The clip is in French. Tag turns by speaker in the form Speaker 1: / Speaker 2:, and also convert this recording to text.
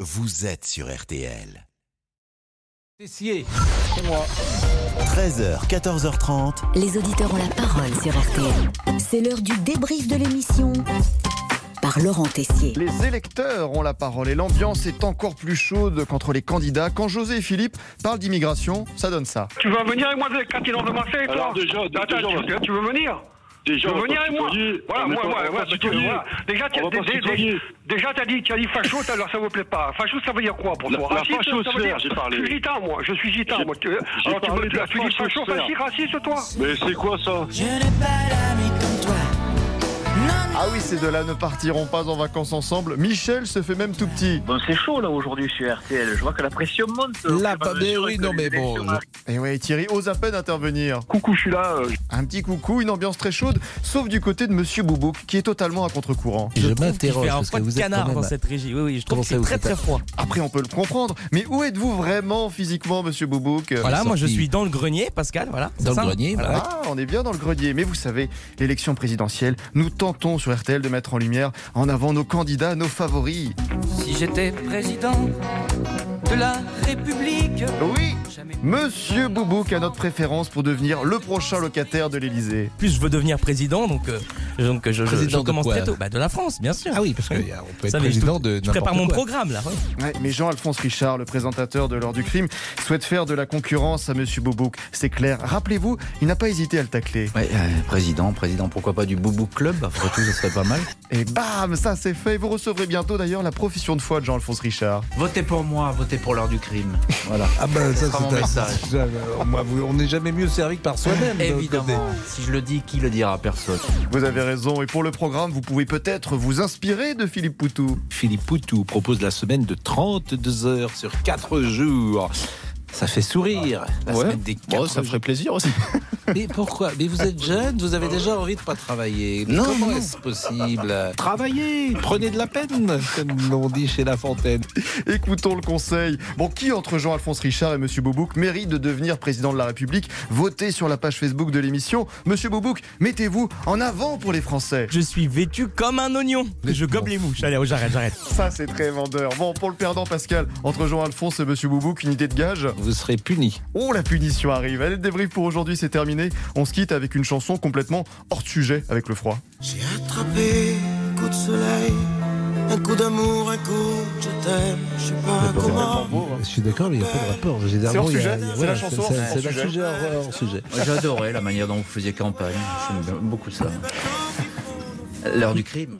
Speaker 1: vous êtes sur RTL.
Speaker 2: Tessier.
Speaker 1: 13h, 14h30.
Speaker 3: Les auditeurs ont la parole sur RTL. C'est l'heure du débrief de l'émission par Laurent Tessier.
Speaker 4: Les électeurs ont la parole et l'ambiance est encore plus chaude qu'entre les candidats. Quand José et Philippe parlent d'immigration, ça donne ça.
Speaker 5: Tu vas venir avec moi quand ils ont commencé, toi
Speaker 6: Alors, déjà- déjà,
Speaker 5: Attends,
Speaker 6: on va-
Speaker 5: tu, tu veux venir
Speaker 6: Déjà,
Speaker 5: Tu veux
Speaker 6: on va
Speaker 5: venir
Speaker 6: pas
Speaker 5: avec moi
Speaker 6: tutoyer.
Speaker 5: Voilà,
Speaker 6: On
Speaker 5: moi,
Speaker 6: va
Speaker 5: moi,
Speaker 6: pas- on
Speaker 5: moi,
Speaker 6: va pas
Speaker 5: tu-
Speaker 6: tutoyer.
Speaker 5: voilà. Déjà, tu
Speaker 6: On va pas
Speaker 5: dé- dé-
Speaker 6: tutoyer.
Speaker 5: déjà, t'as dit, tu as dit facho, t'as- alors ça vous plaît pas. Facho, ça veut dire quoi pour
Speaker 6: La-
Speaker 5: toi
Speaker 6: la
Speaker 5: Raciste, ça veut
Speaker 6: fachosphère,
Speaker 5: dire-
Speaker 6: j'ai parlé.
Speaker 5: Je suis gitan, moi, je suis gitan,
Speaker 6: J'ai-
Speaker 5: moi. Tu-
Speaker 6: j'ai
Speaker 5: Alors, tu,
Speaker 6: parlé
Speaker 5: me-
Speaker 6: de la
Speaker 5: tu dis facho,
Speaker 6: fachosphère.
Speaker 5: fasciste, raciste, toi
Speaker 6: Mais c'est quoi ça
Speaker 4: Ah oui, ces deux-là ne partiront pas en vacances ensemble. Michel se fait même tout petit.
Speaker 7: Bon, c'est chaud là aujourd'hui sur RTL. Je vois que la pression monte. hein, Au
Speaker 2: Là,
Speaker 7: fur et à
Speaker 2: pas- mais
Speaker 7: mesure
Speaker 2: oui,
Speaker 7: que
Speaker 2: non,
Speaker 7: les
Speaker 2: mais bon,
Speaker 7: élections
Speaker 4: Et Eh ouais, Thierry ose à peine intervenir.
Speaker 5: Coucou, je suis là.
Speaker 4: Un petit coucou, une ambiance très chaude, sauf du côté de Monsieur Boubouk, qui est totalement à contre-courant.
Speaker 8: Je,
Speaker 2: trouve
Speaker 8: m'interroge
Speaker 2: qu'il fait un
Speaker 8: parce que
Speaker 2: froid de
Speaker 8: vous êtes
Speaker 2: canard
Speaker 8: quand même-
Speaker 2: dans cette régie. Oui, oui, je trouve
Speaker 8: Comment
Speaker 2: que c'est
Speaker 8: ça, vous
Speaker 2: très
Speaker 8: êtes
Speaker 2: très froid.
Speaker 4: Après, on peut le comprendre, mais où êtes-vous vraiment physiquement, Monsieur Boubouk
Speaker 2: Voilà, moi je
Speaker 8: sorti.
Speaker 2: suis dans le grenier, Pascal. Voilà. c'est
Speaker 8: dans
Speaker 2: ça
Speaker 8: le grenier. bah,
Speaker 4: Ah, on est bien dans le grenier. Mais vous savez, l'élection présidentielle, nous tentons sur RTL de mettre en lumière, en avant nos candidats, nos favoris.
Speaker 9: Si j'étais président de la République,
Speaker 4: Oui
Speaker 9: jamais.
Speaker 4: Monsieur Boubouk a notre préférence pour devenir le prochain locataire de l'Elysée.
Speaker 2: En Plus je veux devenir président, donc, euh, donc euh, je, je- je
Speaker 8: Président de
Speaker 2: commence
Speaker 8: quoi
Speaker 2: très tôt. Bah, de la France, bien sûr.
Speaker 8: Ah oui, parce qu'on peut être
Speaker 2: Ça, mais je
Speaker 8: président de
Speaker 2: Je prépare mon
Speaker 8: n'importe quoi.
Speaker 2: programme là. ouais.
Speaker 4: Ouais, mais Jean-Alphonse Richard, le présentateur de l'heure du crime, souhaite faire de la concurrence à Monsieur Boubouk. C'est clair. Rappelez-vous, il n'a pas hésité à le tacler.
Speaker 10: Ouais, euh, président, président, pourquoi pas du Boubou Club Après tout, ce serait pas mal.
Speaker 4: Et bam, ça c'est fait. Vous recevrez bientôt d'ailleurs la profession de foi de Jean-Alphonse Richard.
Speaker 10: Votez pour moi, votez pour l'heure du crime. Voilà.
Speaker 8: Ah ben ça
Speaker 10: sera mon message.
Speaker 8: c'est un- on va- on n'est jamais mieux servi que par soi-même. de l'autre côté.
Speaker 10: Évidemment. Si je le dis, qui le dira Personne.
Speaker 4: Vous avez raison. Et pour le programme, vous pouvez peut-être vous inspirer de Philippe Poutou.
Speaker 11: Philippe Poutou propose la semaine de 32 heures sur 4 jours. Ça fait sourire. La semaine des 4 jours.
Speaker 10: Oh, plaisir aussi. Euh.
Speaker 11: Mais pourquoi Mais vous êtes jeune, vous avez déjà envie de pas travailler.
Speaker 10: Non,
Speaker 11: Comment
Speaker 10: non.
Speaker 11: est-ce possible Travaillez, prenez de la peine, comme l'on dit chez La Fontaine.
Speaker 4: Écoutons le conseil. Bon, qui entre Jean-Alphonse Richard et Monsieur Boubouk mérite de devenir président de la République Votez sur la page Facebook de l'émission. Monsieur Boubouk, mettez-vous en avant pour les Français.
Speaker 2: Je suis vêtu comme un oignon. Je gobe les mouches. Allez, oh, j'arrête, j'arrête.
Speaker 4: Ça, c'est très vendeur. Bon, pour le perdant, Pascal, entre Jean-Alphonse et Monsieur Boubouk, une idée de gage.
Speaker 11: Vous serez puni.
Speaker 4: Oh, la punition arrive. Allez, le débrief pour aujourd'hui, c'est terminé. On se quitte avec une chanson complètement hors de sujet avec le froid.
Speaker 9: J'ai attrapé un coup de soleil, un coup d'amour, un coup de je t'aime, je sais pas comment.
Speaker 8: Je suis d'accord, mais il n'y a pas de rapport. C'est
Speaker 4: hors sujet, c'est la chanson hors
Speaker 8: C'est c'est
Speaker 4: sujet.
Speaker 8: la sujet hors- hors sujet.
Speaker 10: J'ai adoré la manière dont vous faisiez campagne. J'aime bien- beaucoup ça. L'heure du crime.